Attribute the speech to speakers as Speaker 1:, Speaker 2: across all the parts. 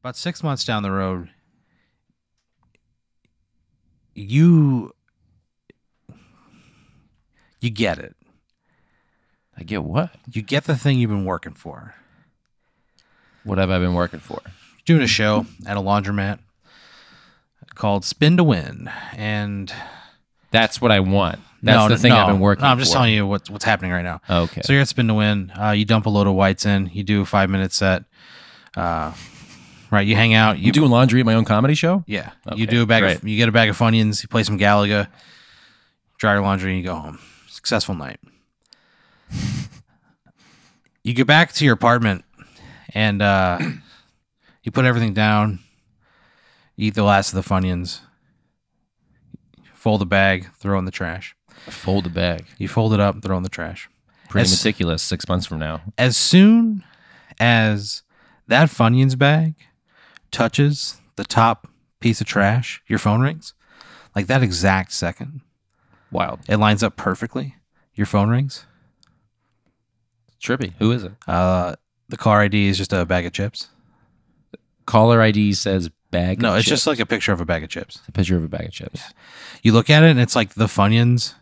Speaker 1: about six months down the road, you you get it.
Speaker 2: I get what?
Speaker 1: You get the thing you've been working for.
Speaker 2: What have I been working for?
Speaker 1: doing a show at a laundromat called Spin to Win, and
Speaker 2: That's what I want. That's
Speaker 1: no,
Speaker 2: the thing
Speaker 1: no,
Speaker 2: I've been working
Speaker 1: no, I'm just
Speaker 2: for.
Speaker 1: telling you what's what's happening right now.
Speaker 2: Okay.
Speaker 1: So you're at Spin to Win. Uh, you dump a load of whites in. You do a five minute set. Uh, right. You hang out. You
Speaker 2: you doing laundry at my own comedy show?
Speaker 1: yeah. you
Speaker 2: Okay,
Speaker 1: do a bag. Of,
Speaker 2: great.
Speaker 1: you get a bag of Funyuns. You play some Galaga. Dry your laundry and you go home. Successful night. you get back to your apartment and uh, you put everything down. You eat the last of the Funyuns. Fold the bag. Throw in the trash.
Speaker 2: Fold the bag.
Speaker 1: You fold it up. Throw in the trash.
Speaker 2: Pretty
Speaker 1: As-
Speaker 2: meticulous. Six months from now.
Speaker 1: as soon as that Funyuns bag touches the top piece of trash, your phone rings. Like that exact second,
Speaker 2: Wild.
Speaker 1: it lines up perfectly. Your phone rings.
Speaker 2: Trippy. Who is it?
Speaker 1: Uh, the car ID is just a bag of chips.
Speaker 2: Caller ID says bag.
Speaker 1: no,
Speaker 2: of
Speaker 1: it's
Speaker 2: chips.
Speaker 1: just like a picture of a bag of chips.
Speaker 2: a picture of a bag of chips.
Speaker 1: You look at it and it's like the Funyuns,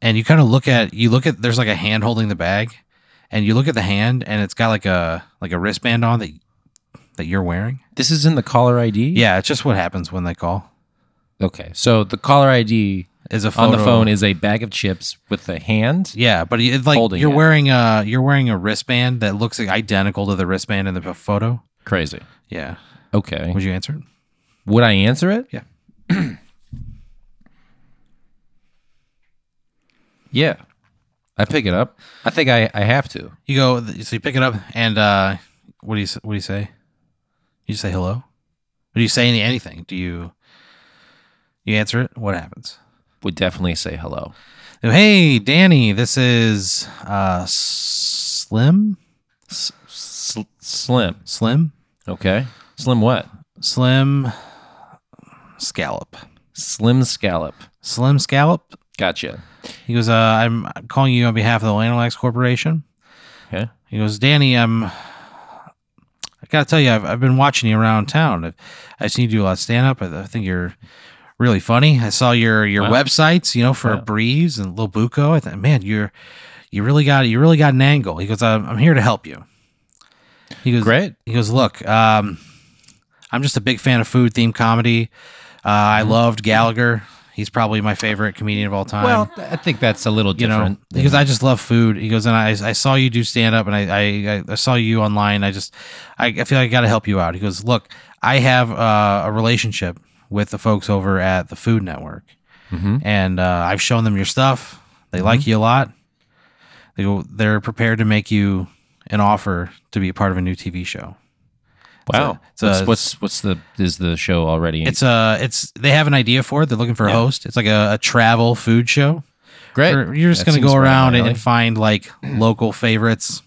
Speaker 1: and you kind of look at you look at there's like a hand holding the bag, and you look at the hand and it's got like a like a wristband on that that you're wearing.
Speaker 2: This is in the caller ID.
Speaker 1: Yeah, it's just what happens when they call.
Speaker 2: Okay. So the caller ID
Speaker 1: is a
Speaker 2: on
Speaker 1: photo.
Speaker 2: the phone is a bag of chips with the hand.
Speaker 1: yeah, but it's like
Speaker 2: Holding
Speaker 1: you're
Speaker 2: it.
Speaker 1: wearing a you're wearing a wristband that looks identical to the wristband in the photo.
Speaker 2: Crazy.
Speaker 1: Yeah,
Speaker 2: Okay.
Speaker 1: would you answer it?
Speaker 2: Would I answer it?
Speaker 1: Yeah.
Speaker 2: yeah. I pick it up. I think I, I have to.
Speaker 1: You go, so you pick it up, and uh, what do you s- what do you say? You say hello. Or do you say any, anything? Do you you answer it? What happens?
Speaker 2: Would definitely say hello.
Speaker 1: They go, Hey, Danny, this is uh, Slim,
Speaker 2: S- sl- slim.
Speaker 1: Slim,
Speaker 2: Okay. Slim what?
Speaker 1: Slim Scallop,
Speaker 2: Slim scallop.
Speaker 1: Slim Scallop.
Speaker 2: Gotcha.
Speaker 1: He goes, uh, I'm calling you on behalf of the Lanolax Corporation.
Speaker 2: Okay.
Speaker 1: He goes, Danny, I'm. I gotta tell you, I've, I've been watching you around town. I've, I've seen you do a lot of stand up. I, I think you're really funny. I saw your your
Speaker 2: Wow.
Speaker 1: websites, you know, for
Speaker 2: Wow.
Speaker 1: Breeze and Lil Bucco. I thought, man, you're you really got you really got an angle. He goes, I'm, I'm here to help you. He goes,
Speaker 2: Great.
Speaker 1: he goes, look, um, I'm just a big fan of food themed comedy. Uh,
Speaker 2: Mm-hmm.
Speaker 1: I loved Gallagher. He's probably my favorite comedian of all time
Speaker 2: Well, I think that's a little
Speaker 1: you know
Speaker 2: different.
Speaker 1: because i just love food he goes and i, I saw you do stand up and I, I i saw you online i just i, I feel like i gotta help you out he goes look i have uh, a relationship with the folks over at the food network
Speaker 2: Mhm.
Speaker 1: and uh, i've shown them your stuff they like you a lot they go, they're prepared to make you an offer to be a part of a new tv show
Speaker 2: Wow.
Speaker 1: it's a-
Speaker 2: what's, what's what's the is the show already?
Speaker 1: it's a it's they have an idea for it they're looking for a
Speaker 2: Yeah.
Speaker 1: host it's like a, a travel food show
Speaker 2: great.
Speaker 1: Or you're just
Speaker 2: That
Speaker 1: gonna
Speaker 2: seems
Speaker 1: go
Speaker 2: right up
Speaker 1: around and,
Speaker 2: my alley.
Speaker 1: and find like local favorites.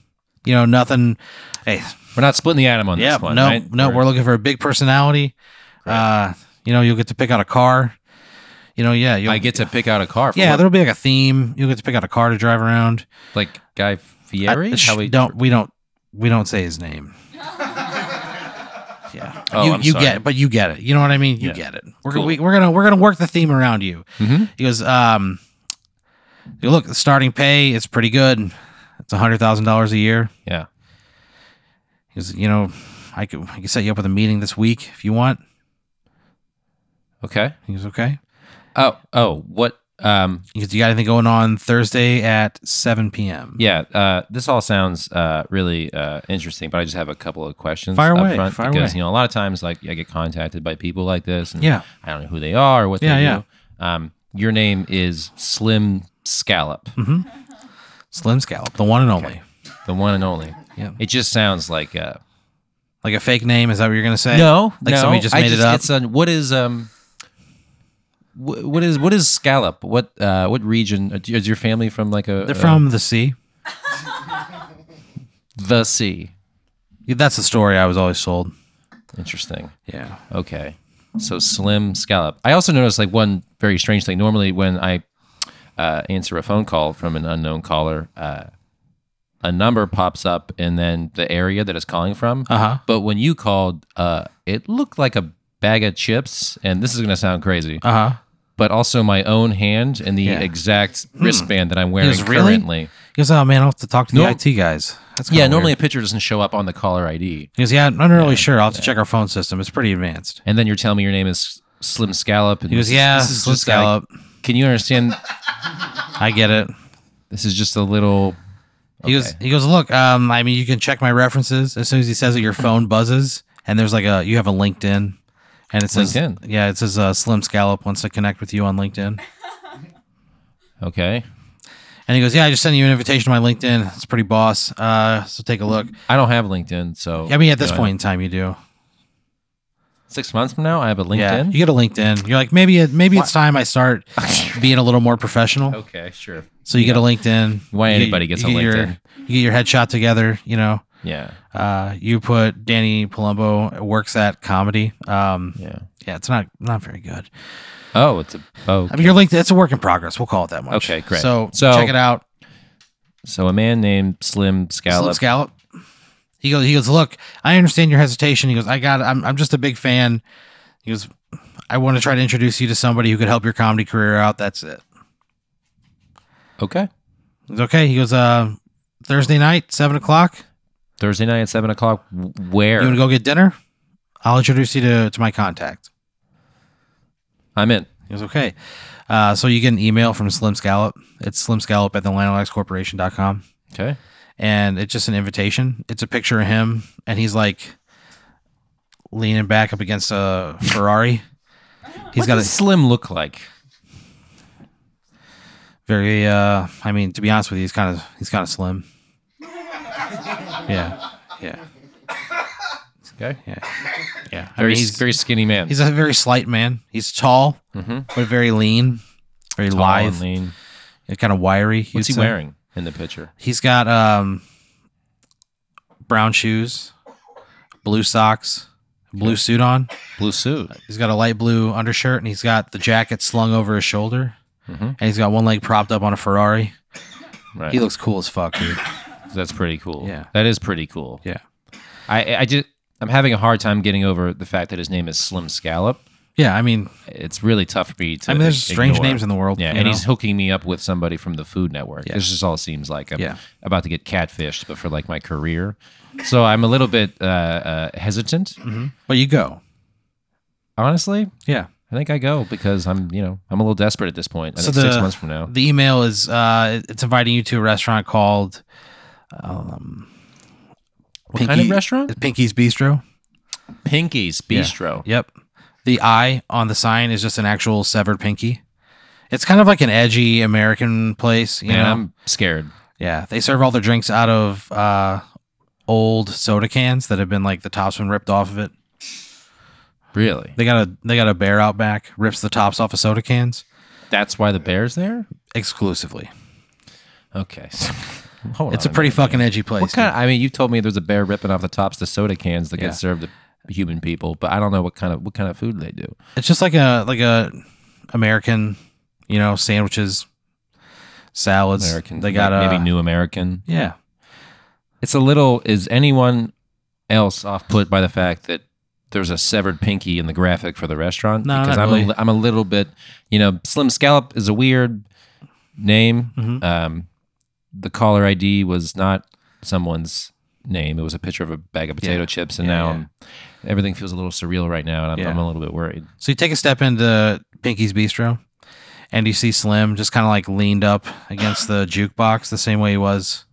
Speaker 1: You know, nothing. Hey,
Speaker 2: We're not splitting the atom on
Speaker 1: yeah,
Speaker 2: this one.
Speaker 1: no,
Speaker 2: right?
Speaker 1: no, we're, looking for a big personality. Uh, you know, you'll get to pick out a car. You know, yeah, you'll,
Speaker 2: I get to pick out a car. For
Speaker 1: Yeah,
Speaker 2: what?
Speaker 1: there'll be like a theme. You'll get to pick out a car to drive around.
Speaker 2: like Guy Fieri.
Speaker 1: I- sh-
Speaker 2: How we
Speaker 1: don't we don't we don't say his name. yeah,
Speaker 2: Oh,
Speaker 1: you,
Speaker 2: I'm
Speaker 1: you
Speaker 2: sorry.
Speaker 1: get, but you get it. You know what I mean? You
Speaker 2: Yeah.
Speaker 1: get it. We're
Speaker 2: Cool.
Speaker 1: we, we're gonna we're gonna work the theme around you.
Speaker 2: Mhm.
Speaker 1: He goes, um, you look, the starting pay is pretty good. It's hundred thousand dollars a year.
Speaker 2: Yeah.
Speaker 1: He goes, you know, I could I could set you up with a meeting this week if you want.
Speaker 2: Okay.
Speaker 1: He goes, okay.
Speaker 2: Oh. Oh. What? Um.
Speaker 1: He goes, you got anything going on Thursday at seven p.m.
Speaker 2: Yeah. Uh. This all sounds uh really uh interesting, but I just have a couple of questions.
Speaker 1: Fire
Speaker 2: up
Speaker 1: away,
Speaker 2: front
Speaker 1: fire
Speaker 2: because
Speaker 1: away.
Speaker 2: you know a lot of times like I get contacted by people like this. And
Speaker 1: Yeah.
Speaker 2: I don't know who they are or what
Speaker 1: Yeah,
Speaker 2: they
Speaker 1: yeah.
Speaker 2: do. Um. Your name is Slim Scallop,
Speaker 1: Slim Scallop, the one and only.
Speaker 2: the one and only.
Speaker 1: Yeah.
Speaker 2: It just sounds like uh.
Speaker 1: Like a fake name? Is that what you're gonna say?
Speaker 2: No,
Speaker 1: Like
Speaker 2: no.
Speaker 1: somebody just
Speaker 2: I
Speaker 1: made it up?
Speaker 2: It's a, what is um, wh- what is what is scallop? What uh, what region is your family from? Like a
Speaker 1: They're
Speaker 2: a-
Speaker 1: from the sea.
Speaker 2: the sea.
Speaker 1: That's the story I was always sold.
Speaker 2: Interesting.
Speaker 1: Yeah.
Speaker 2: Okay, so slim scallop. I also noticed like one very strange thing. Normally, when I uh, answer a phone call from an unknown caller, uh, a number pops up and then the area that it's calling from.
Speaker 1: Uh huh.
Speaker 2: But when you called, uh, it looked like a bag of chips, and this is gonna sound crazy,
Speaker 1: Uh huh.
Speaker 2: but also my own hand and the
Speaker 1: Yeah.
Speaker 2: exact wristband that I'm wearing
Speaker 1: Yes, really?
Speaker 2: currently. Oh,
Speaker 1: He goes, oh man, I'll have to talk to
Speaker 2: No.
Speaker 1: the IT guys. That's
Speaker 2: Yeah,
Speaker 1: kinda
Speaker 2: normally
Speaker 1: weird."
Speaker 2: a picture doesn't show up on the caller ID,
Speaker 1: He goes, yeah, I'm not really
Speaker 2: Yeah,
Speaker 1: sure. I'll have to check our phone system. It's pretty advanced.
Speaker 2: and then you're telling me your name is Slim Scallop. And
Speaker 1: He goes,
Speaker 2: this is-
Speaker 1: yeah,
Speaker 2: this is
Speaker 1: let's
Speaker 2: just like-
Speaker 1: scallop.
Speaker 2: can you understand?
Speaker 1: I get it.
Speaker 2: This is just a little.
Speaker 1: He goes, he goes, look, um, I mean, you can check my references. As soon as he says it, your phone buzzes, and there's like a, you have a LinkedIn, and it says,
Speaker 2: LinkedIn.
Speaker 1: yeah, it says uh, Slim Scallop wants to connect with you on LinkedIn.
Speaker 2: Okay,
Speaker 1: And he goes, yeah, I just sent you an invitation to my LinkedIn. It's pretty boss. Uh, so take a look.
Speaker 2: I don't have LinkedIn, so
Speaker 1: I mean, at this
Speaker 2: you know,
Speaker 1: point in time, you do.
Speaker 2: six months from now, I have a
Speaker 1: Yeah,
Speaker 2: LinkedIn.
Speaker 1: you get a LinkedIn. You're like, maybe, it, maybe it's time I start being a little more professional.
Speaker 2: Okay, sure.
Speaker 1: So you get a LinkedIn.
Speaker 2: Why
Speaker 1: You
Speaker 2: anybody gets
Speaker 1: you
Speaker 2: a
Speaker 1: get your-
Speaker 2: LinkedIn.
Speaker 1: you get your headshot together. You know,
Speaker 2: Yeah,
Speaker 1: uh, you put Danny Palumbo works at comedy. Um,
Speaker 2: yeah.
Speaker 1: yeah, it's not not very good.
Speaker 2: Oh, it's a oh.
Speaker 1: I mean, your LinkedIn. It's a work in progress. We'll call it that much.
Speaker 2: Okay, great.
Speaker 1: So,
Speaker 2: So-
Speaker 1: check it out.
Speaker 2: So a man named
Speaker 1: Slim
Speaker 2: Slim Scallop.
Speaker 1: Scallop. He goes. He goes. Look, I understand your hesitation. He goes. I got. it. I'm. I'm just a big fan. He goes. I want to try to introduce you to somebody who could help your comedy career out. That's it.
Speaker 2: okay,
Speaker 1: He goes, okay. He goes. Uh, Thursday night, seven o'clock.
Speaker 2: Thursday night at seven o'clock. w- Where
Speaker 1: You want to go get dinner? I'll introduce you to, to my contact.
Speaker 2: I'm in.
Speaker 1: He goes, okay. Uh, so you get an email from Slim Scallop. It's Slim Scallop at thelanolaxcorporation.com.
Speaker 2: Okay,
Speaker 1: And it's just an invitation. It's a picture of him, and he's like leaning back up against a Ferrari. He's
Speaker 2: what
Speaker 1: got
Speaker 2: does Slim look like?
Speaker 1: a very, uh, I mean, to be honest with you, he's kind of he's kind of slim. Yeah, yeah,
Speaker 2: Okay,
Speaker 1: yeah. I mean,
Speaker 2: very he's
Speaker 1: he's
Speaker 2: very skinny man.
Speaker 1: he's a very slight man. He's tall,
Speaker 2: Mhm.
Speaker 1: but very lean, very
Speaker 2: Tall and
Speaker 1: lithe,
Speaker 2: lean.
Speaker 1: kind of wiry.
Speaker 2: What's he
Speaker 1: you'd say.
Speaker 2: wearing in the picture?
Speaker 1: He's got um brown shoes, blue socks, blue suit on.
Speaker 2: Blue suit.
Speaker 1: He's got a light blue undershirt and he's got the jacket slung over his shoulder.
Speaker 2: Mhm.
Speaker 1: And he's got one leg propped up on a Ferrari.
Speaker 2: Right.
Speaker 1: He looks cool as fuck, dude.
Speaker 2: That's pretty cool.
Speaker 1: Yeah.
Speaker 2: that is pretty cool.
Speaker 1: Yeah.
Speaker 2: I I just I'm having a hard time getting over the fact that his name is Slim Scallop.
Speaker 1: Yeah, I mean,
Speaker 2: It's really tough for me to.
Speaker 1: I mean, there's strange
Speaker 2: ignore.
Speaker 1: names in the world.
Speaker 2: Yeah,
Speaker 1: you
Speaker 2: and
Speaker 1: know?
Speaker 2: he's hooking me up with somebody from the Food Network.
Speaker 1: Yeah.
Speaker 2: This just all seems like I'm
Speaker 1: Yeah.
Speaker 2: about to get catfished, but for like my career. So I'm a little bit uh, uh, hesitant,
Speaker 1: but you go.
Speaker 2: honestly.
Speaker 1: Yeah.
Speaker 2: I think I go because I'm, you know, I'm a little desperate at this point. I
Speaker 1: So
Speaker 2: think six
Speaker 1: the-
Speaker 2: months from now,
Speaker 1: The email is uh it's inviting you to a restaurant called um
Speaker 2: what kind of restaurant?
Speaker 1: Pinky's Bistro.
Speaker 2: Pinky's Bistro.
Speaker 1: Yep. The eye on the sign is just an actual severed pinky. It's kind of like an edgy American place, you
Speaker 2: Man,
Speaker 1: know.
Speaker 2: I'm scared.
Speaker 1: yeah, they serve all their drinks out of uh, old soda cans that have been like the tops been ripped off of it.
Speaker 2: Really?
Speaker 1: They got a they got a bear out back rips the tops off of soda cans
Speaker 2: That's why the bear's there.
Speaker 1: exclusively.
Speaker 2: Okay. Hold
Speaker 1: It's a
Speaker 2: on
Speaker 1: pretty
Speaker 2: minute.
Speaker 1: fucking edgy place.
Speaker 2: What kind? Of, I mean, you told me there's a bear ripping off the tops of soda cans that
Speaker 1: Yeah.
Speaker 2: get served to human people, but I don't know what kind of what kind of food they do.
Speaker 1: dude. It's just like a like a American, you know, sandwiches, salads.
Speaker 2: American.
Speaker 1: They got
Speaker 2: maybe
Speaker 1: uh,
Speaker 2: new American.
Speaker 1: Yeah.
Speaker 2: It's a little. Is anyone else off put by the fact that there's a severed pinky in the graphic for the restaurant?
Speaker 1: No,
Speaker 2: because
Speaker 1: not
Speaker 2: I'm a
Speaker 1: really.
Speaker 2: li- I'm a little bit. You know, Slim Scallop is a weird name.
Speaker 1: Mhm.
Speaker 2: Um, the caller ID was not someone's name. It was a picture of a bag of potato chips, and
Speaker 1: Yeah,
Speaker 2: now
Speaker 1: yeah.
Speaker 2: I'm- everything feels a little surreal right now, and I'm,
Speaker 1: Yeah.
Speaker 2: I'm a little bit worried.
Speaker 1: So you take a step into Pinky's Bistro, and you see Slim just kind of like leaned up against the jukebox the same way he was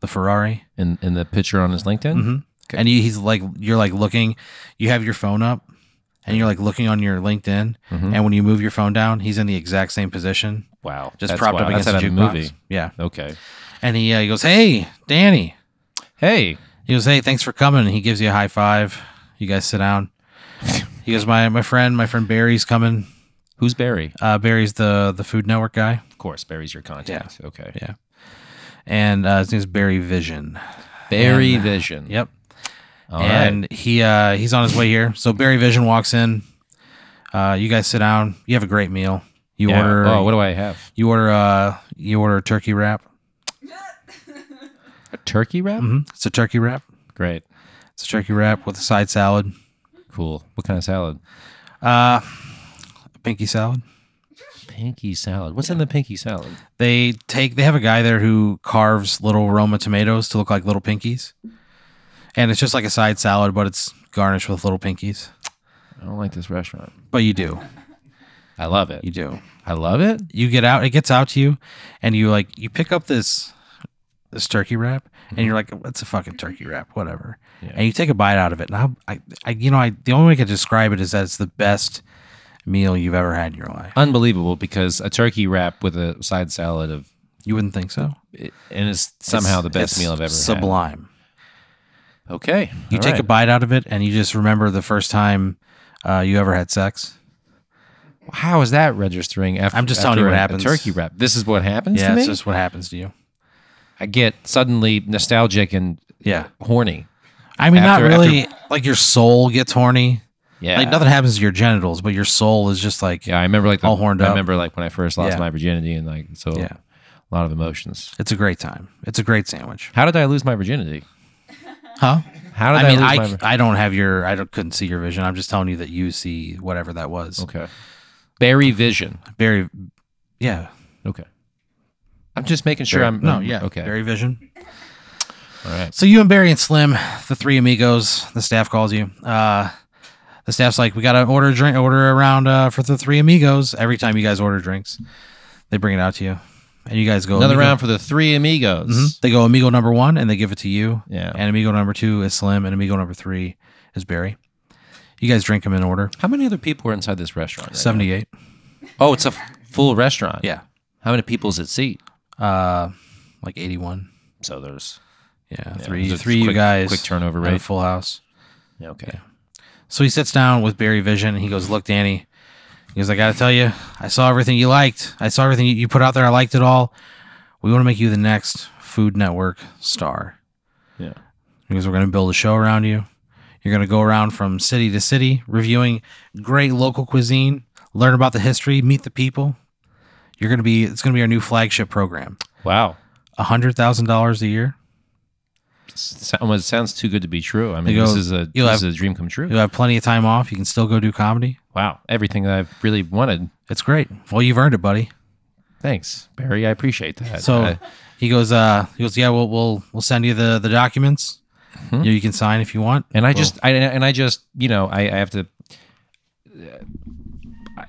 Speaker 1: the Ferrari.
Speaker 2: In in the picture on his LinkedIn,
Speaker 1: Mhm.
Speaker 2: Okay.
Speaker 1: And you, he's like, you're like looking, you have your phone up, and you're like looking on your LinkedIn.
Speaker 2: Mhm.
Speaker 1: And when you move your phone down, he's in the exact same position,
Speaker 2: wow,
Speaker 1: just
Speaker 2: that's
Speaker 1: propped
Speaker 2: wild.
Speaker 1: up against
Speaker 2: that's
Speaker 1: the
Speaker 2: out of
Speaker 1: jukebox.
Speaker 2: a movie.
Speaker 1: Yeah.
Speaker 2: Okay,
Speaker 1: And he, uh, he goes, Hey, Danny.
Speaker 2: hey,
Speaker 1: He goes, Hey, thanks for coming. And he gives you a high five. You guys sit down. He goes, My my friend, my friend Barry's coming.
Speaker 2: who's Barry?
Speaker 1: Uh, Barry's the the Food Network guy.
Speaker 2: Of course, Barry's your contact. Okay,
Speaker 1: Yeah. and uh, his name's Barry Vision.
Speaker 2: Barry Vision.
Speaker 1: uh, Yep.
Speaker 2: All right.
Speaker 1: and he uh, he's on his way here. So Barry Vision walks in. Uh, you guys sit down. You have a great meal. You
Speaker 2: Yeah.
Speaker 1: order.
Speaker 2: Oh, what do I have?
Speaker 1: you order. Uh, you order a turkey wrap.
Speaker 2: turkey wrap?
Speaker 1: hmm It's a turkey wrap.
Speaker 2: Great.
Speaker 1: It's a turkey wrap with a side salad.
Speaker 2: Cool. What kind of salad?
Speaker 1: Uh, pinky salad.
Speaker 2: Pinky salad. What's in the pinky salad?
Speaker 1: They take they have a guy there who carves little Roma tomatoes to look like little pinkies. And it's just like a side salad, but it's garnished with little pinkies.
Speaker 2: I don't like this restaurant.
Speaker 1: But you do.
Speaker 2: I love it.
Speaker 1: You do.
Speaker 2: I love it.
Speaker 1: You get out, it gets out to you, and you like you pick up this this turkey wrap and you're like, it's a fucking turkey wrap, whatever.
Speaker 2: Mm-hmm. Yeah.
Speaker 1: And you take a bite out of it. And I, I, I you know, I the only way I could describe it is that it's the best meal you've ever had in your life.
Speaker 2: Unbelievable because a turkey wrap with a side salad of
Speaker 1: You wouldn't think so.
Speaker 2: it- and it's somehow
Speaker 1: It's-
Speaker 2: the best
Speaker 1: it's
Speaker 2: meal I've ever had.
Speaker 1: Sublime.
Speaker 2: Okay.
Speaker 1: You
Speaker 2: All
Speaker 1: take a
Speaker 2: right.
Speaker 1: bite out of it, and you just remember the first time uh, you ever had sex.
Speaker 2: How is that registering? After,
Speaker 1: I'm just telling you
Speaker 2: after
Speaker 1: what
Speaker 2: a- a
Speaker 1: happens.
Speaker 2: turkey wrap. This is what happens
Speaker 1: yeah,
Speaker 2: to me.
Speaker 1: it's just what happens to you.
Speaker 2: I get suddenly nostalgic and
Speaker 1: Yeah,
Speaker 2: horny.
Speaker 1: I mean,
Speaker 2: After-
Speaker 1: not really. Like your soul gets horny.
Speaker 2: Yeah.
Speaker 1: Like nothing happens to your genitals, but your soul is just like
Speaker 2: Yeah, I remember like the,
Speaker 1: All horned
Speaker 2: I
Speaker 1: up.
Speaker 2: remember like when I first lost
Speaker 1: Yeah.
Speaker 2: my virginity and like so
Speaker 1: Yeah.
Speaker 2: a lot of emotions.
Speaker 1: it's a great time. It's a great sandwich,
Speaker 2: How did I lose my virginity?
Speaker 1: huh?
Speaker 2: How did I,
Speaker 1: I mean,
Speaker 2: lose
Speaker 1: I,
Speaker 2: my
Speaker 1: I, don't have your I don't, couldn't see your vision. I'm just telling you that you see whatever that was.
Speaker 2: Okay. Barry Vision.
Speaker 1: Very, yeah.
Speaker 2: Okay. I'm just making sure I'm
Speaker 1: no,
Speaker 2: I'm-
Speaker 1: yeah.
Speaker 2: Okay.
Speaker 1: Barry Vision.
Speaker 2: All right.
Speaker 1: So you and Barry and Slim, the three amigos, the staff calls you. Uh, the staff's like, we got to order a drink, order around uh, for the three amigos. Every time you guys order drinks, they bring it out to you, and you guys go
Speaker 2: Another
Speaker 1: amigo-
Speaker 2: round for the three amigos.
Speaker 1: Mhm. They go amigo number one, and they give it to you.
Speaker 2: Yeah.
Speaker 1: Mm-hmm. And amigo number two is Slim, and amigo number three is Barry. You guys drink them in order.
Speaker 2: How many other people were inside this restaurant? right
Speaker 1: Seventy-eight.
Speaker 2: now? Oh, it's a f- full restaurant.
Speaker 1: Yeah.
Speaker 2: How many people's it seat?
Speaker 1: Uh, like eighty-one.
Speaker 2: So there's
Speaker 1: Yeah,
Speaker 2: Yeah,
Speaker 1: three,
Speaker 2: it was a
Speaker 1: three you
Speaker 2: quick-
Speaker 1: guys.
Speaker 2: quick turnover
Speaker 1: and a
Speaker 2: rate.
Speaker 1: Full house.
Speaker 2: yeah, okay.
Speaker 1: So he sits down with Barry Vision and he goes, Look, Danny, he goes, I got to tell you, I saw everything you liked. I saw everything you- you put out there. I liked it all. We want to make you the next Food Network star.
Speaker 2: Yeah.
Speaker 1: He goes, We're going to build a show around you. You're going to go around from city to city, reviewing great local cuisine, learn about the history, meet the people. You're going to be, it's going to be our new flagship program.
Speaker 2: Wow.
Speaker 1: $100,000 a year.
Speaker 2: S- Almost sounds too good to be true. I mean,
Speaker 1: You
Speaker 2: this
Speaker 1: go-
Speaker 2: is a
Speaker 1: you'll
Speaker 2: this is a dream come true.
Speaker 1: You'll have plenty of time off. You can still go do comedy.
Speaker 2: Wow, everything that I've really wanted.
Speaker 1: It's great. Well, you've earned it, buddy.
Speaker 2: Thanks, Barry. I appreciate that.
Speaker 1: So
Speaker 2: I-
Speaker 1: he goes, uh, he goes, yeah, we'll we'll we'll send you the the documents.
Speaker 2: Mhm.
Speaker 1: You, you can sign if you want.
Speaker 2: and I just I and I just you know I, I have to. uh,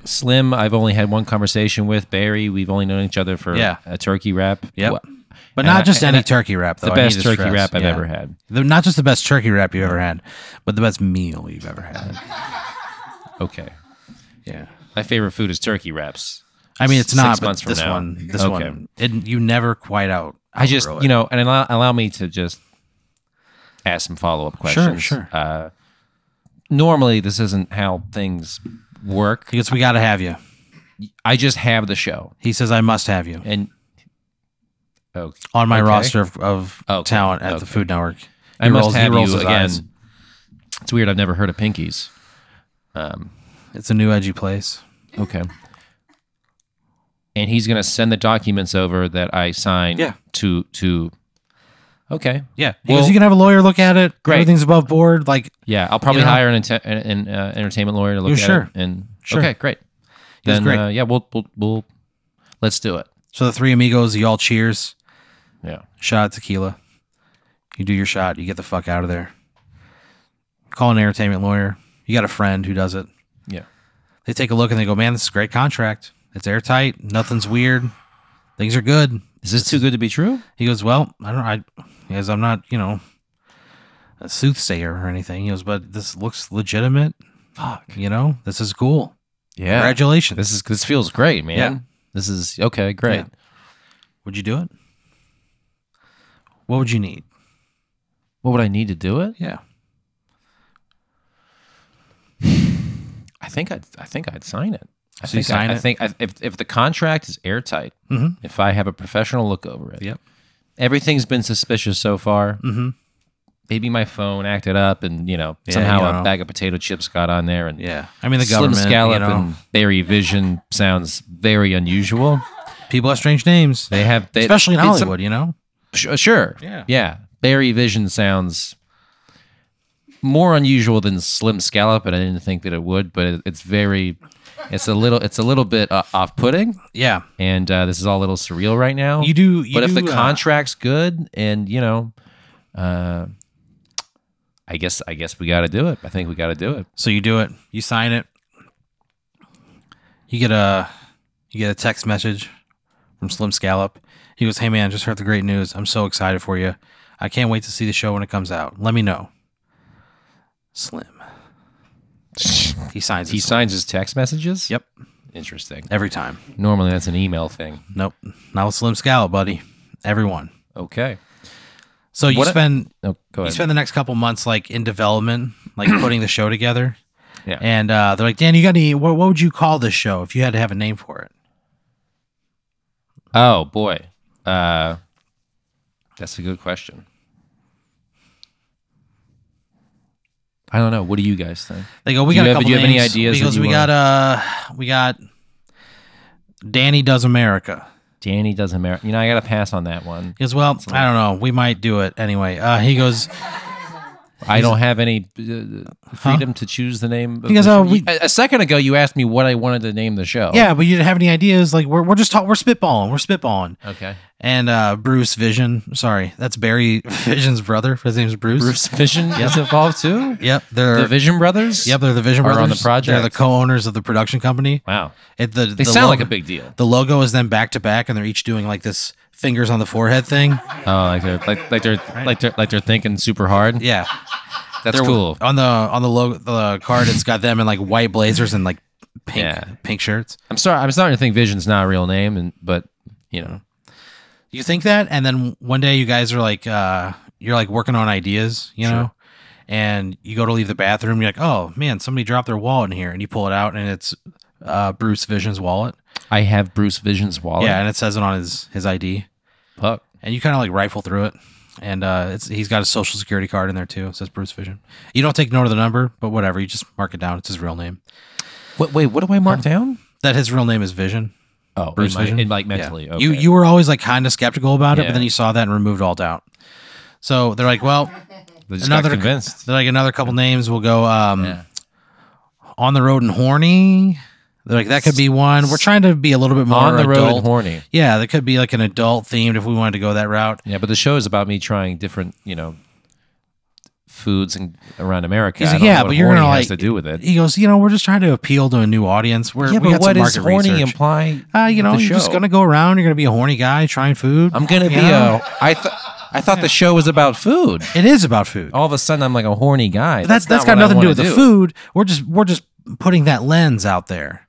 Speaker 2: Slim, I've only had one conversation with Barry. We've only known each other for
Speaker 1: Yeah.
Speaker 2: a turkey wrap.
Speaker 1: Yep.
Speaker 2: Wha-
Speaker 1: but
Speaker 2: and
Speaker 1: not
Speaker 2: I-
Speaker 1: just
Speaker 2: and
Speaker 1: any
Speaker 2: I-
Speaker 1: turkey wrap. Though
Speaker 2: the
Speaker 1: I need
Speaker 2: best
Speaker 1: to
Speaker 2: turkey
Speaker 1: stress.
Speaker 2: wrap I've
Speaker 1: Yeah.
Speaker 2: ever had.
Speaker 1: The- not just the best turkey wrap you've ever had, but the best meal you've ever had.
Speaker 2: Okay,
Speaker 1: Yeah.
Speaker 2: my favorite food is turkey wraps.
Speaker 1: I mean, it's
Speaker 2: Six
Speaker 1: not, but
Speaker 2: months from
Speaker 1: this
Speaker 2: now.
Speaker 1: one, this
Speaker 2: Okay.
Speaker 1: one, it, you never quite out.
Speaker 2: I just
Speaker 1: outgrow it.
Speaker 2: you know, and allow, allow me to just ask some follow up questions.
Speaker 1: sure.
Speaker 2: Uh, normally, this isn't how things work.
Speaker 1: He goes, we got to have you.
Speaker 2: I just have the show,
Speaker 1: He says, I must have you
Speaker 2: and okay.
Speaker 1: on my
Speaker 2: Okay.
Speaker 1: roster of, of
Speaker 2: Okay.
Speaker 1: talent at
Speaker 2: Okay.
Speaker 1: the Food Network.
Speaker 2: I
Speaker 1: He
Speaker 2: must
Speaker 1: rolls- he
Speaker 2: have
Speaker 1: rolls
Speaker 2: you
Speaker 1: his
Speaker 2: again.
Speaker 1: eyes.
Speaker 2: It's weird. I've never heard of Pinkies.
Speaker 1: It's a new edgy place.
Speaker 2: Okay. And he's gonna send the documents over that I signed.
Speaker 1: Yeah.
Speaker 2: To to. Okay.
Speaker 1: Yeah. He
Speaker 2: Well-
Speaker 1: goes, you can have a lawyer look at it.
Speaker 2: Great.
Speaker 1: Everything's above board. Like
Speaker 2: Yeah, I'll probably
Speaker 1: You know?
Speaker 2: hire an, ente- an, an uh, entertainment lawyer to look
Speaker 1: Yeah,
Speaker 2: at
Speaker 1: sure.
Speaker 2: it. And
Speaker 1: Sure.
Speaker 2: okay, great.
Speaker 1: He's
Speaker 2: Then
Speaker 1: great.
Speaker 2: Uh, yeah, we'll, we'll we'll let's do it.
Speaker 1: So the three amigos, you all cheers.
Speaker 2: Yeah.
Speaker 1: Shot at tequila. You do your shot. You get the fuck out of there. Call an entertainment lawyer. You got a friend who does it.
Speaker 2: Yeah.
Speaker 1: They take a look and they go, man, this is a great contract. It's airtight. Nothing's weird. Things are good.
Speaker 2: Is this too good to be true?
Speaker 1: He goes, well, I don't. I he goes, I'm not, you know, a soothsayer or anything. He goes, but this looks legitimate.
Speaker 2: Fuck.
Speaker 1: You know, this is cool.
Speaker 2: Yeah.
Speaker 1: Congratulations.
Speaker 2: This is this feels great, man.
Speaker 1: Yeah.
Speaker 2: This is okay, great.
Speaker 1: Yeah. would you do it? What would you need?
Speaker 2: What would I need to do it?
Speaker 1: Yeah.
Speaker 2: I think I'd I think I'd sign it. I
Speaker 1: So you
Speaker 2: think
Speaker 1: sign
Speaker 2: I, I
Speaker 1: it?
Speaker 2: think I, if if the contract is airtight,
Speaker 1: Mm-hmm.
Speaker 2: if I have a professional look over it,
Speaker 1: Yep.
Speaker 2: everything's been suspicious so far.
Speaker 1: Mm-hmm.
Speaker 2: Maybe my phone acted up, and you know
Speaker 1: Yeah,
Speaker 2: somehow
Speaker 1: you
Speaker 2: a
Speaker 1: know.
Speaker 2: bag of potato chips got on there, and
Speaker 1: Yeah. I mean, the
Speaker 2: Slim
Speaker 1: government.
Speaker 2: Scallop
Speaker 1: you know,
Speaker 2: and Barry Vision sounds very unusual.
Speaker 1: people have strange names,
Speaker 2: They have they,
Speaker 1: especially in
Speaker 2: I mean, some-
Speaker 1: Hollywood. you know,
Speaker 2: Sh- uh, sure.
Speaker 1: Yeah.
Speaker 2: Yeah. Barry Vision sounds more unusual than Slim Scallop, and I didn't think that it would, but it, it's very, it's a little, it's a little bit uh, off-putting,
Speaker 1: Yeah,
Speaker 2: and uh, this is all a little surreal right now.
Speaker 1: you do. You
Speaker 2: but if the
Speaker 1: do, uh,
Speaker 2: contract's good, and you know, uh, I guess, I guess we got to do it. I think we got to do it.
Speaker 1: so you do it, you sign it. You get a you get a text message from Slim Scallop. He goes, "Hey man, just heard the great news. I'm so excited for you. I can't wait to see the show when it comes out. Let me know." Slim. He signs.
Speaker 2: He
Speaker 1: He
Speaker 2: signs his text messages.
Speaker 1: Yep.
Speaker 2: Interesting.
Speaker 1: every time.
Speaker 2: Normally that's an email thing.
Speaker 1: Nope, not with Slim Scallop, buddy. Everyone.
Speaker 2: Okay.
Speaker 1: So you
Speaker 2: What a-
Speaker 1: spend
Speaker 2: No,
Speaker 1: you
Speaker 2: go ahead.
Speaker 1: spend the next couple months like in development, like putting the show together.
Speaker 2: Yeah.
Speaker 1: And uh, they're like, Dan, you got any? What, what would you call this show if you had to have a name for it?
Speaker 2: oh boy, uh, that's a good question. I don't know. What do you guys think?
Speaker 1: They go, we
Speaker 2: Do you
Speaker 1: got a
Speaker 2: have-
Speaker 1: couple
Speaker 2: do you have any
Speaker 1: names."
Speaker 2: ideas
Speaker 1: He
Speaker 2: that
Speaker 1: goes,
Speaker 2: you
Speaker 1: we
Speaker 2: wanna-
Speaker 1: got uh, we got Danny does America.
Speaker 2: Danny doesn't merit. You know, I got to pass on that one.
Speaker 1: He goes, well, I don't know. We might do it anyway. Uh, he goes,
Speaker 2: I don't have any uh, freedom to choose the name. Of
Speaker 1: Because,
Speaker 2: the
Speaker 1: uh,
Speaker 2: show.
Speaker 1: we-
Speaker 2: a, a second ago, you asked me what I wanted to name the show.
Speaker 1: yeah, but you didn't have any ideas. Like we're we're just talking, we're spitballing, we're spitballing.
Speaker 2: Okay.
Speaker 1: And uh, Bruce Vision, sorry, that's Barry Vision's brother. His name's Bruce.
Speaker 2: Bruce Vision is involved too.
Speaker 1: Yep, they're
Speaker 2: The Vision Brothers.
Speaker 1: Yep, they're the Vision
Speaker 2: Are on
Speaker 1: Brothers
Speaker 2: the project.
Speaker 1: They're the co-owners of the production company.
Speaker 2: Wow.
Speaker 1: It, the,
Speaker 2: They sound like a big deal.
Speaker 1: The logo is them back to back, and they're each doing like this fingers on the forehead thing.
Speaker 2: Oh, like they're like, like they're like they're like they're thinking super hard.
Speaker 1: Yeah,
Speaker 2: That's
Speaker 1: They're-
Speaker 2: cool.
Speaker 1: On the on the logo the card, it's got them in like white blazers and like pink
Speaker 2: Yeah.
Speaker 1: pink shirts.
Speaker 2: I'm sorry. I'm starting to think Vision's not a real name, and but you know,
Speaker 1: You think that, and then one day you guys are like uh you're like working on ideas, you
Speaker 2: Sure.
Speaker 1: know. And you go to leave the bathroom, you're like, "Oh man, somebody dropped their wallet in here." And you pull it out, and it's uh, Bruce Vision's wallet.
Speaker 2: I have Bruce Vision's wallet.
Speaker 1: Yeah, and it says it on his his ID.
Speaker 2: Fuck.
Speaker 1: and you kind of like rifle through it. And uh, it's he's got a social security card in there too. It says Bruce Vision. You don't take note of the number, but whatever. You just mark it down. It's his real name.
Speaker 2: Wait, wait, what do I mark down?
Speaker 1: That his real name is Vision.
Speaker 2: Oh,
Speaker 1: Bruce
Speaker 2: in my-
Speaker 1: Vision?
Speaker 2: in, like
Speaker 1: Yeah.
Speaker 2: mentally. Okay.
Speaker 1: You you were always like kind of skeptical about it,
Speaker 2: Yeah.
Speaker 1: but then you saw that and removed all doubt. So they're like, well,
Speaker 2: They just
Speaker 1: another-
Speaker 2: got convinced.
Speaker 1: they're like another couple names. We'll go um,
Speaker 2: Yeah.
Speaker 1: on the road and horny. They're like that could be one. We're trying to be a little bit more
Speaker 2: On the road,
Speaker 1: adult.
Speaker 2: and horny.
Speaker 1: yeah, that could be like an adult themed if we wanted to go that route.
Speaker 2: Yeah, but the show is about me trying different, you know, foods and around America.
Speaker 1: He's
Speaker 2: I
Speaker 1: like,
Speaker 2: don't know
Speaker 1: yeah,
Speaker 2: what
Speaker 1: but you're
Speaker 2: horny
Speaker 1: gonna,
Speaker 2: has
Speaker 1: like-
Speaker 2: to do with it.
Speaker 1: He goes, you know, we're just trying to appeal to a new audience. We're
Speaker 2: yeah,
Speaker 1: we
Speaker 2: but
Speaker 1: got
Speaker 2: what
Speaker 1: some
Speaker 2: does
Speaker 1: market
Speaker 2: horny
Speaker 1: research.
Speaker 2: imply?
Speaker 1: Uh, you know,
Speaker 2: the
Speaker 1: you're just
Speaker 2: show.
Speaker 1: gonna go around. You're gonna be a horny guy trying food.
Speaker 2: I'm gonna be
Speaker 1: Yeah.
Speaker 2: a. I th- I thought the show was about food.
Speaker 1: it is about food.
Speaker 2: All of a sudden, I'm like a horny guy.
Speaker 1: that's that's
Speaker 2: Oh, not
Speaker 1: got
Speaker 2: what I
Speaker 1: nothing to do
Speaker 2: wanna
Speaker 1: with the food. We're just we're just putting that lens out there.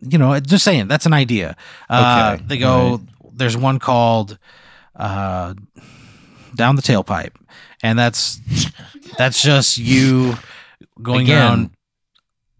Speaker 1: You know, it- just saying that's an idea. Uh,
Speaker 2: Okay,
Speaker 1: They go. There's one called uh, down the tailpipe, and that's that's just you going
Speaker 2: Again.
Speaker 1: around.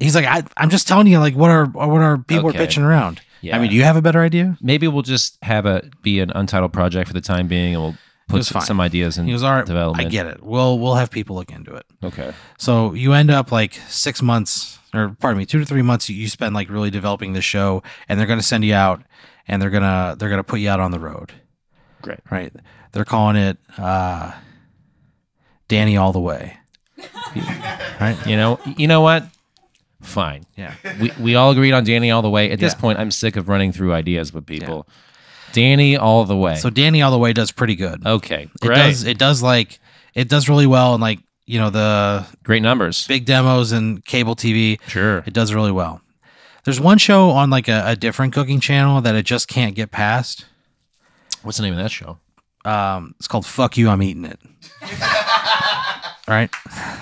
Speaker 1: He's like, I, I'm just telling you, like, what are what are people
Speaker 2: Okay.
Speaker 1: are pitching around?
Speaker 2: Yeah.
Speaker 1: I mean, do you have a better idea?
Speaker 2: maybe we'll just have a be an untitled project for the time being, and we'll put
Speaker 1: was
Speaker 2: s-
Speaker 1: fine.
Speaker 2: some ideas in
Speaker 1: He goes, all right,
Speaker 2: development.
Speaker 1: I get it. We'll we'll have people look into it.
Speaker 2: Okay.
Speaker 1: So you end up like six months, or pardon me, two to three months. You spend like really developing the show, and they're gonna send you out, and they're gonna they're gonna put you out on the road.
Speaker 2: Great.
Speaker 1: Right? They're calling it uh, Danny all the way. right?
Speaker 2: You know. You know what? Fine.
Speaker 1: Yeah.
Speaker 2: We we all agreed on Danny all the way. At this
Speaker 1: Yeah.
Speaker 2: point, I'm sick of running through ideas with people. Danny all the way.
Speaker 1: So Danny all the way does pretty good.
Speaker 2: okay.
Speaker 1: it
Speaker 2: Oh, Great.
Speaker 1: does it does like it does really well, and like you know the
Speaker 2: Great numbers.
Speaker 1: big demos and cable TV.
Speaker 2: Sure.
Speaker 1: It does really well. There's one show on like a, a different cooking channel that it just can't get past.
Speaker 2: What's the name of that show?
Speaker 1: Um, it's called "Fuck You, I'm Eating It." All right,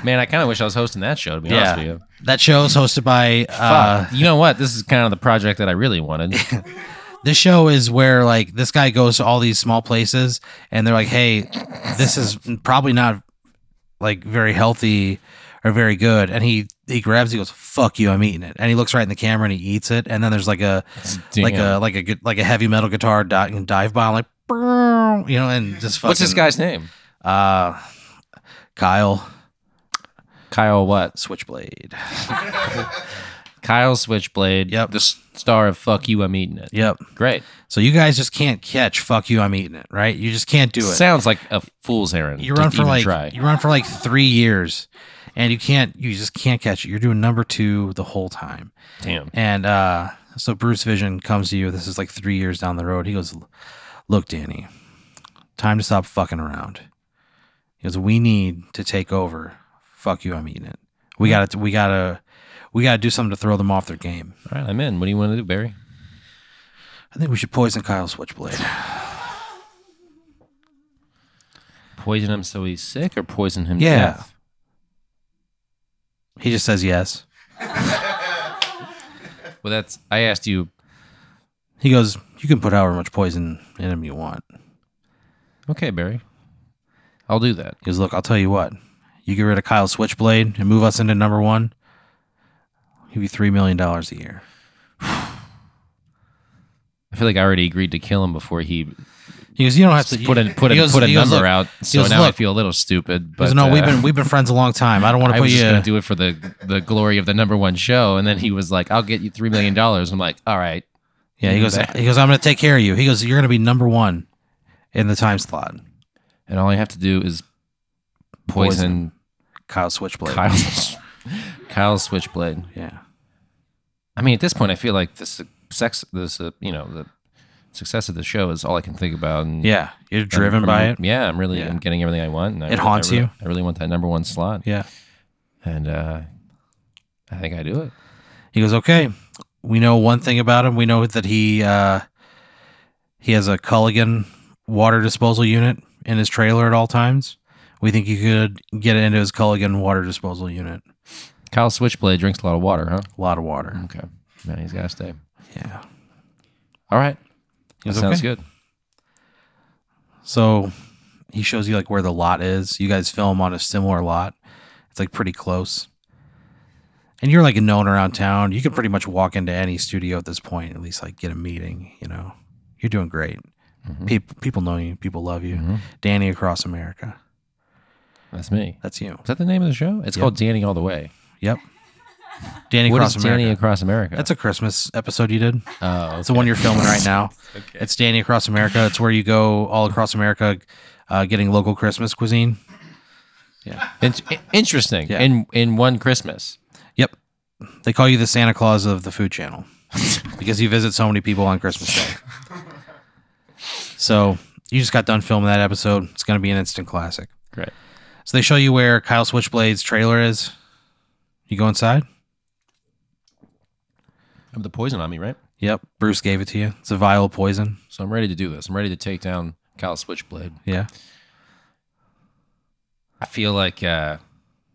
Speaker 2: Man, I kind of wish I was hosting that show. To be honest with you.
Speaker 1: that show is hosted by. Uh,
Speaker 2: Fuck. you know what? This is kind of the project that I really wanted.
Speaker 1: this show is where like this guy goes to all these small places, and they're like, "Hey, this is probably not like very healthy or very good." And he he grabs, he goes, "Fuck you, I'm eating it," and he looks right in the camera and he eats it. And then there's like a like
Speaker 2: Damn.
Speaker 1: a like a good like a heavy metal guitar di- dive bomb like "Brrrr," you know and just fucking,
Speaker 2: What's this guy's name?
Speaker 1: uh Kyle
Speaker 2: Kyle what?
Speaker 1: Switchblade
Speaker 2: Kyle Switchblade,
Speaker 1: Yep.
Speaker 2: the s- star of "Fuck You, I'm Eating It."
Speaker 1: Yep.
Speaker 2: Great.
Speaker 1: So you guys just can't catch "fuck you, I'm eating it," right? You just can't do it.
Speaker 2: Sounds like a fool's errand.
Speaker 1: you
Speaker 2: to
Speaker 1: run for
Speaker 2: even
Speaker 1: like
Speaker 2: try.
Speaker 1: you run for like three years, and you can't. You just can't catch it. You're doing number two the whole time.
Speaker 2: Damn.
Speaker 1: And uh, so Bruce Vision comes to you. This is like three years down the road. He goes, Look, Danny, time to stop fucking around. He goes, We need to take over. Fuck you, I'm eating it. We gotta we gotta we gotta do something to throw them off their game.
Speaker 2: All right, I'm in. What do you want to do, Barry?
Speaker 1: I think we should poison Kyle Switchblade.
Speaker 2: Poison him so he's sick, or poison him? to
Speaker 1: Yeah.
Speaker 2: death?
Speaker 1: He just says yes.
Speaker 2: Well, that's. I asked you.
Speaker 1: He goes, You can put however much poison in him you want.
Speaker 2: Okay, Barry. I'll do that.
Speaker 1: He goes, Look, I'll tell you what. You get rid of Kyle Switchblade and move us into number one, I'll give you $3 million a year.
Speaker 2: I feel like I already agreed to kill him before he
Speaker 1: He goes, you don't have to
Speaker 2: put a put a
Speaker 1: He goes-
Speaker 2: put a
Speaker 1: he
Speaker 2: number
Speaker 1: goes, "Look,"
Speaker 2: out. So
Speaker 1: goes,
Speaker 2: now I
Speaker 1: "Look."
Speaker 2: feel a little stupid.
Speaker 1: He
Speaker 2: But
Speaker 1: goes, no, we've
Speaker 2: uh,
Speaker 1: been we've been friends a long time. I don't want to
Speaker 2: I
Speaker 1: put
Speaker 2: was
Speaker 1: you.
Speaker 2: just gonna do it for the the glory of the number one show, and then he was like, "I'll get you three million dollars." I'm like, "All right,
Speaker 1: yeah, he goes.
Speaker 2: back.
Speaker 1: He goes. I'm gonna take care of you. He goes. You're gonna be number one in the time slot.
Speaker 2: and all I have to do is poison,
Speaker 1: Kyle Switchblade.
Speaker 2: Kyle Kyle Switchblade."
Speaker 1: Yeah.
Speaker 2: I mean, at this point, I feel like the sex, this uh, you know, the success of the show is all I can think about. And
Speaker 1: Yeah. You're
Speaker 2: I'm-
Speaker 1: driven
Speaker 2: I'm-
Speaker 1: by it.
Speaker 2: Yeah, I'm really,
Speaker 1: Yeah.
Speaker 2: I'm getting everything I want. And I
Speaker 1: It
Speaker 2: really- I
Speaker 1: haunts
Speaker 2: really-
Speaker 1: you.
Speaker 2: I really want that number one slot,
Speaker 1: Yeah.
Speaker 2: and uh, I think I do it.
Speaker 1: He goes. Okay. We know one thing about him. We know that he uh, he has a Culligan water disposal unit in his trailer at all times. We think you could get it into his Culligan water disposal unit.
Speaker 2: Kyle Switchblade drinks a lot of water, huh?
Speaker 1: A lot of water.
Speaker 2: Okay, man, he's gotta stay.
Speaker 1: Yeah.
Speaker 2: All right,
Speaker 1: He
Speaker 2: that
Speaker 1: goes,
Speaker 2: sounds
Speaker 1: "Okay."
Speaker 2: good.
Speaker 1: So he shows you like where the lot is. You guys film on a similar lot. It's like pretty close. And you're like known around town. You can pretty much walk into any studio at this point, at least like get a meeting, you know. You're doing great.
Speaker 2: Mhm.
Speaker 1: People people know you, people love you.
Speaker 2: Mhm.
Speaker 1: Danny across America.
Speaker 2: That's me.
Speaker 1: That's you.
Speaker 2: Is that the name of the show? It's called Danny All the Way.
Speaker 1: Yep. Danny
Speaker 2: What is
Speaker 1: across America.
Speaker 2: Danny Across America?
Speaker 1: That's a Christmas episode you did.
Speaker 2: oh,
Speaker 1: That's the one you're filming right now. It's Danny Across America. It's where you go all across America uh, getting local Christmas cuisine.
Speaker 2: In- interesting.
Speaker 1: Yeah.
Speaker 2: In in one Christmas.
Speaker 1: Yep. They call you the Santa Claus of the food channel because you visit so many people on Christmas Day. So you just got done filming that episode. It's going to be an instant classic.
Speaker 2: Great.
Speaker 1: So they show you where Kyle Switchblade's trailer is. You go inside?
Speaker 2: I have the poison on me, right?
Speaker 1: Yep. Bruce gave it to you. It's a vial of poison.
Speaker 2: So I'm ready to do this. I'm ready to take down Kyle Switchblade.
Speaker 1: Yeah.
Speaker 2: I feel like uh,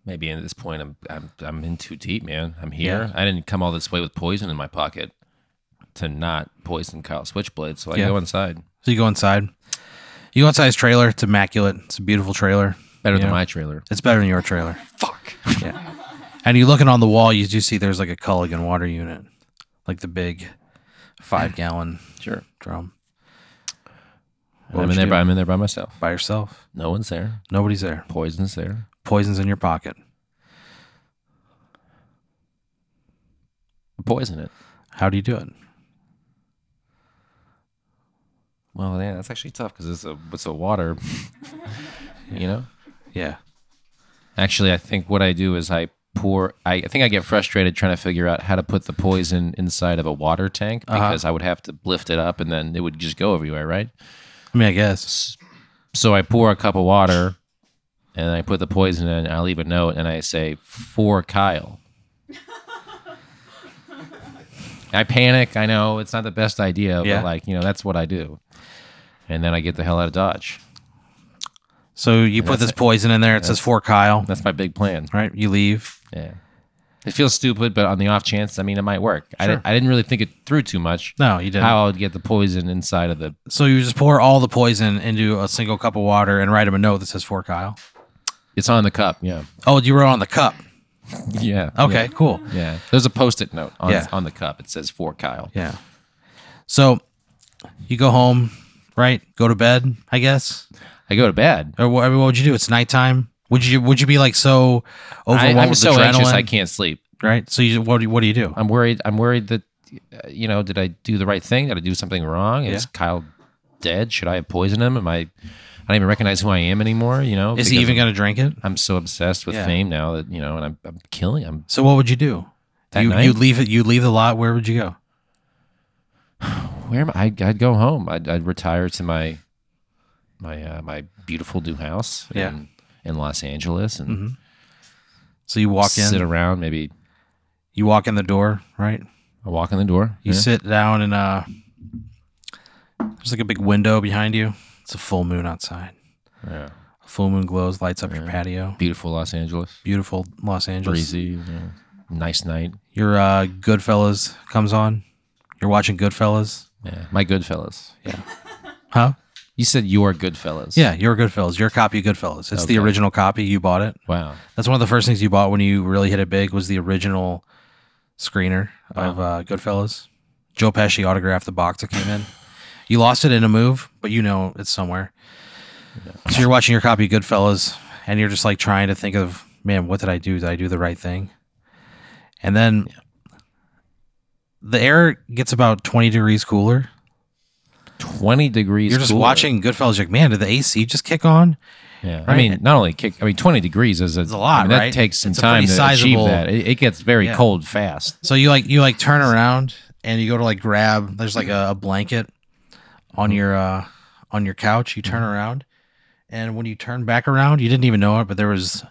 Speaker 2: maybe at this point I'm I'm I'm in too deep, man. I'm here.
Speaker 1: Yeah.
Speaker 2: I didn't come all this way with poison in my pocket to not poison Kyle Switchblade. So I
Speaker 1: Yeah.
Speaker 2: go inside.
Speaker 1: So you go inside. You go inside his trailer. It's immaculate. It's a beautiful trailer.
Speaker 2: Better
Speaker 1: Yeah.
Speaker 2: than my trailer.
Speaker 1: It's better than your trailer.
Speaker 2: Fuck.
Speaker 1: And you're looking on the wall, you do see there's like a Culligan water unit, like the big five gallon
Speaker 2: Sure.
Speaker 1: drum. What
Speaker 2: I'm
Speaker 1: would
Speaker 2: in
Speaker 1: you
Speaker 2: there
Speaker 1: do?
Speaker 2: by I'm in there by myself.
Speaker 1: by yourself.
Speaker 2: No one's there.
Speaker 1: Nobody's there.
Speaker 2: Poison's there.
Speaker 1: Poison's in your pocket.
Speaker 2: Poison it.
Speaker 1: How do you do it?
Speaker 2: Well, yeah, that's actually tough because it's a it's a water, you know.
Speaker 1: Yeah.
Speaker 2: Actually, I think what I do is I pour. I, I think I get frustrated trying to figure out how to put the poison inside of a water tank because I would have to lift it up and then it would just go everywhere, right?
Speaker 1: I mean, I guess.
Speaker 2: So I pour a cup of water, and I put the poison in. And I leave a note and I say for Kyle. I panic. I know it's not the best idea,
Speaker 1: Yeah.
Speaker 2: but like you know that's what I do. And then I get the hell out of Dodge.
Speaker 1: So you put this poison in there. It says for Kyle,
Speaker 2: That's my big plan.
Speaker 1: right? You leave.
Speaker 2: Yeah. It feels stupid, but on the off chance, I mean, it might work. I,
Speaker 1: Sure.
Speaker 2: didn't, I didn't really think it through too much.
Speaker 1: No, you didn't.
Speaker 2: How I would get the poison inside of the.
Speaker 1: So you just pour all the poison into a single cup of water and write him a note that says for Kyle.
Speaker 2: It's on the cup. Yeah.
Speaker 1: Oh, you wrote on the cup.
Speaker 2: Yeah.
Speaker 1: Okay, cool.
Speaker 2: Yeah. Yeah. There's a post it note on,
Speaker 1: Yeah.
Speaker 2: on the cup. It says for Kyle.
Speaker 1: Yeah. So you go home, right? Go to bed, I guess.
Speaker 2: I go to bed.
Speaker 1: Or what, I mean, what would you do? It's nighttime. Would you would you be like so
Speaker 2: I,
Speaker 1: overwhelmed
Speaker 2: I'm
Speaker 1: with
Speaker 2: so
Speaker 1: adrenaline?
Speaker 2: anxious I can't sleep.
Speaker 1: right? So you what do you, what do you do?
Speaker 2: I'm worried. I'm worried that uh, you know, did I do the right thing? Did I do something wrong? Is
Speaker 1: Yeah.
Speaker 2: Kyle dead? Should I have poisoned him? Am I? I don't even recognize who I am anymore. You know,
Speaker 1: Is he
Speaker 2: because
Speaker 1: even
Speaker 2: I'm,
Speaker 1: going to drink it?
Speaker 2: I'm so obsessed with
Speaker 1: Yeah.
Speaker 2: fame now that you know, and I'm, I'm killing. I'm
Speaker 1: So what would you do?
Speaker 2: That
Speaker 1: you
Speaker 2: night?
Speaker 1: you leave it. You leave the lot. Where would you go?
Speaker 2: where am I? I'd, I'd go home. I'd, I'd retire to my my uh, my beautiful new house.
Speaker 1: Yeah.
Speaker 2: In, in Los Angeles and
Speaker 1: Mhm. So you walk
Speaker 2: sit
Speaker 1: in.
Speaker 2: around. Maybe
Speaker 1: You walk in the door, right?
Speaker 2: I walk in the door.
Speaker 1: You
Speaker 2: yeah.
Speaker 1: sit down and uh, there's like a big window behind you. It's a full moon outside.
Speaker 2: Yeah.
Speaker 1: A full moon glows, lights up your patio.
Speaker 2: Beautiful Los Angeles.
Speaker 1: Beautiful Los Angeles.
Speaker 2: Breezy. yeah. Nice night.
Speaker 1: Your uh, Goodfellas comes on. You're watching Goodfellas,
Speaker 2: Yeah. My Goodfellas.
Speaker 1: huh?
Speaker 2: You said your Goodfellas.
Speaker 1: Yeah, your Goodfellas. Your copy of Goodfellas. It's the
Speaker 2: Okay.
Speaker 1: original copy. You bought it.
Speaker 2: Wow.
Speaker 1: That's one of the first things you bought when you really hit it big was the original screener of uh, Goodfellas. Joe Pesci autographed the box that came in. You lost it in a move, but you know it's somewhere. So you're watching your copy of Goodfellas, and you're just like trying to think of, man, what did I do? Did I do the right thing? And then the air gets about 20 degrees cooler.
Speaker 2: 20 degrees.
Speaker 1: you're just
Speaker 2: cooler.
Speaker 1: watching Goodfellas. You're like, man, did the AC just kick on?
Speaker 2: Yeah.
Speaker 1: right?
Speaker 2: I mean, not only kick, I mean, 20 degrees is a,
Speaker 1: a lot,
Speaker 2: I mean, that
Speaker 1: right?
Speaker 2: takes some
Speaker 1: It's a
Speaker 2: time
Speaker 1: pretty
Speaker 2: to
Speaker 1: sizable-
Speaker 2: achieve that. It, it gets very
Speaker 1: Yeah.
Speaker 2: cold fast.
Speaker 1: So you like you like turn around and you go to like grab. There's like a, a blanket on your uh, on your couch. You turn around, and when you turn back around, you didn't even know it, but there was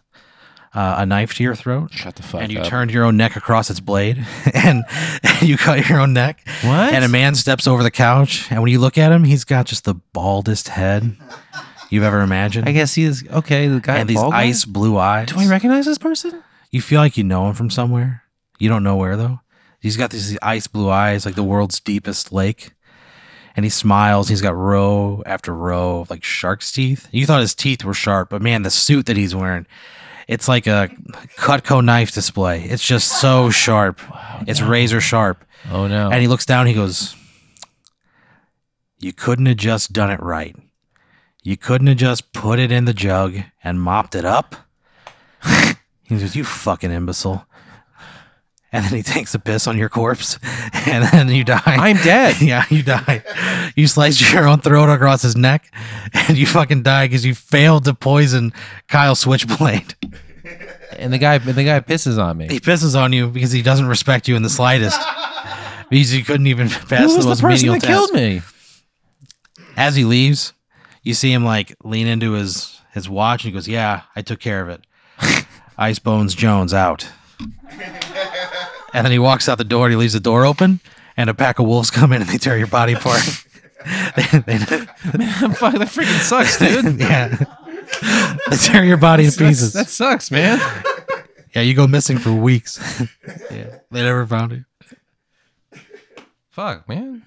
Speaker 1: uh, a knife to your throat,
Speaker 2: Shut the fuck
Speaker 1: and you
Speaker 2: up.
Speaker 1: turned your own neck across its blade, and, and you cut your own neck.
Speaker 2: What?
Speaker 1: And a man steps over the couch, and when you look at him, he's got just the baldest head you've ever imagined,
Speaker 2: I guess he is okay. The guy
Speaker 1: and these
Speaker 2: bald guy?
Speaker 1: ice blue eyes.
Speaker 2: Do I recognize this person?
Speaker 1: You feel like you know him from somewhere. You don't know where though. He's got these ice blue eyes, like the world's deepest lake. And he smiles. He's got row after row of like shark's teeth. You thought his teeth were sharp, but man, the suit that he's wearing, it's like a Cutco knife display. It's just so sharp. it's razor sharp.
Speaker 2: Oh no.
Speaker 1: And he looks down. He goes, "You couldn't have just done it right. You couldn't have just put it in the jug and mopped it up." he goes, "You fucking imbecile." And then he takes a piss on your corpse, and then you die.
Speaker 2: I'm dead.
Speaker 1: yeah, you die. You slice your own throat across his neck, and you fucking die because you failed to poison Kyle Switchblade.
Speaker 2: and the guy, and the guy pisses on me.
Speaker 1: He pisses on you because he doesn't respect you in the slightest. Because you couldn't even pass
Speaker 2: Who was
Speaker 1: the
Speaker 2: the
Speaker 1: most
Speaker 2: person
Speaker 1: menial task.
Speaker 2: that killed me?
Speaker 1: as he leaves, you see him like lean into his his watch and he goes, "Yeah, I took care of it." Ice Bones Jones out. and then he walks out the door and he leaves the door open and a pack of wolves come in and they tear your body apart. They- they-
Speaker 2: Fuck, that freaking sucks, dude.
Speaker 1: yeah. they tear your body to pieces.
Speaker 2: That sucks, man.
Speaker 1: yeah, you go missing for weeks. yeah. They never found you.
Speaker 2: Fuck, man.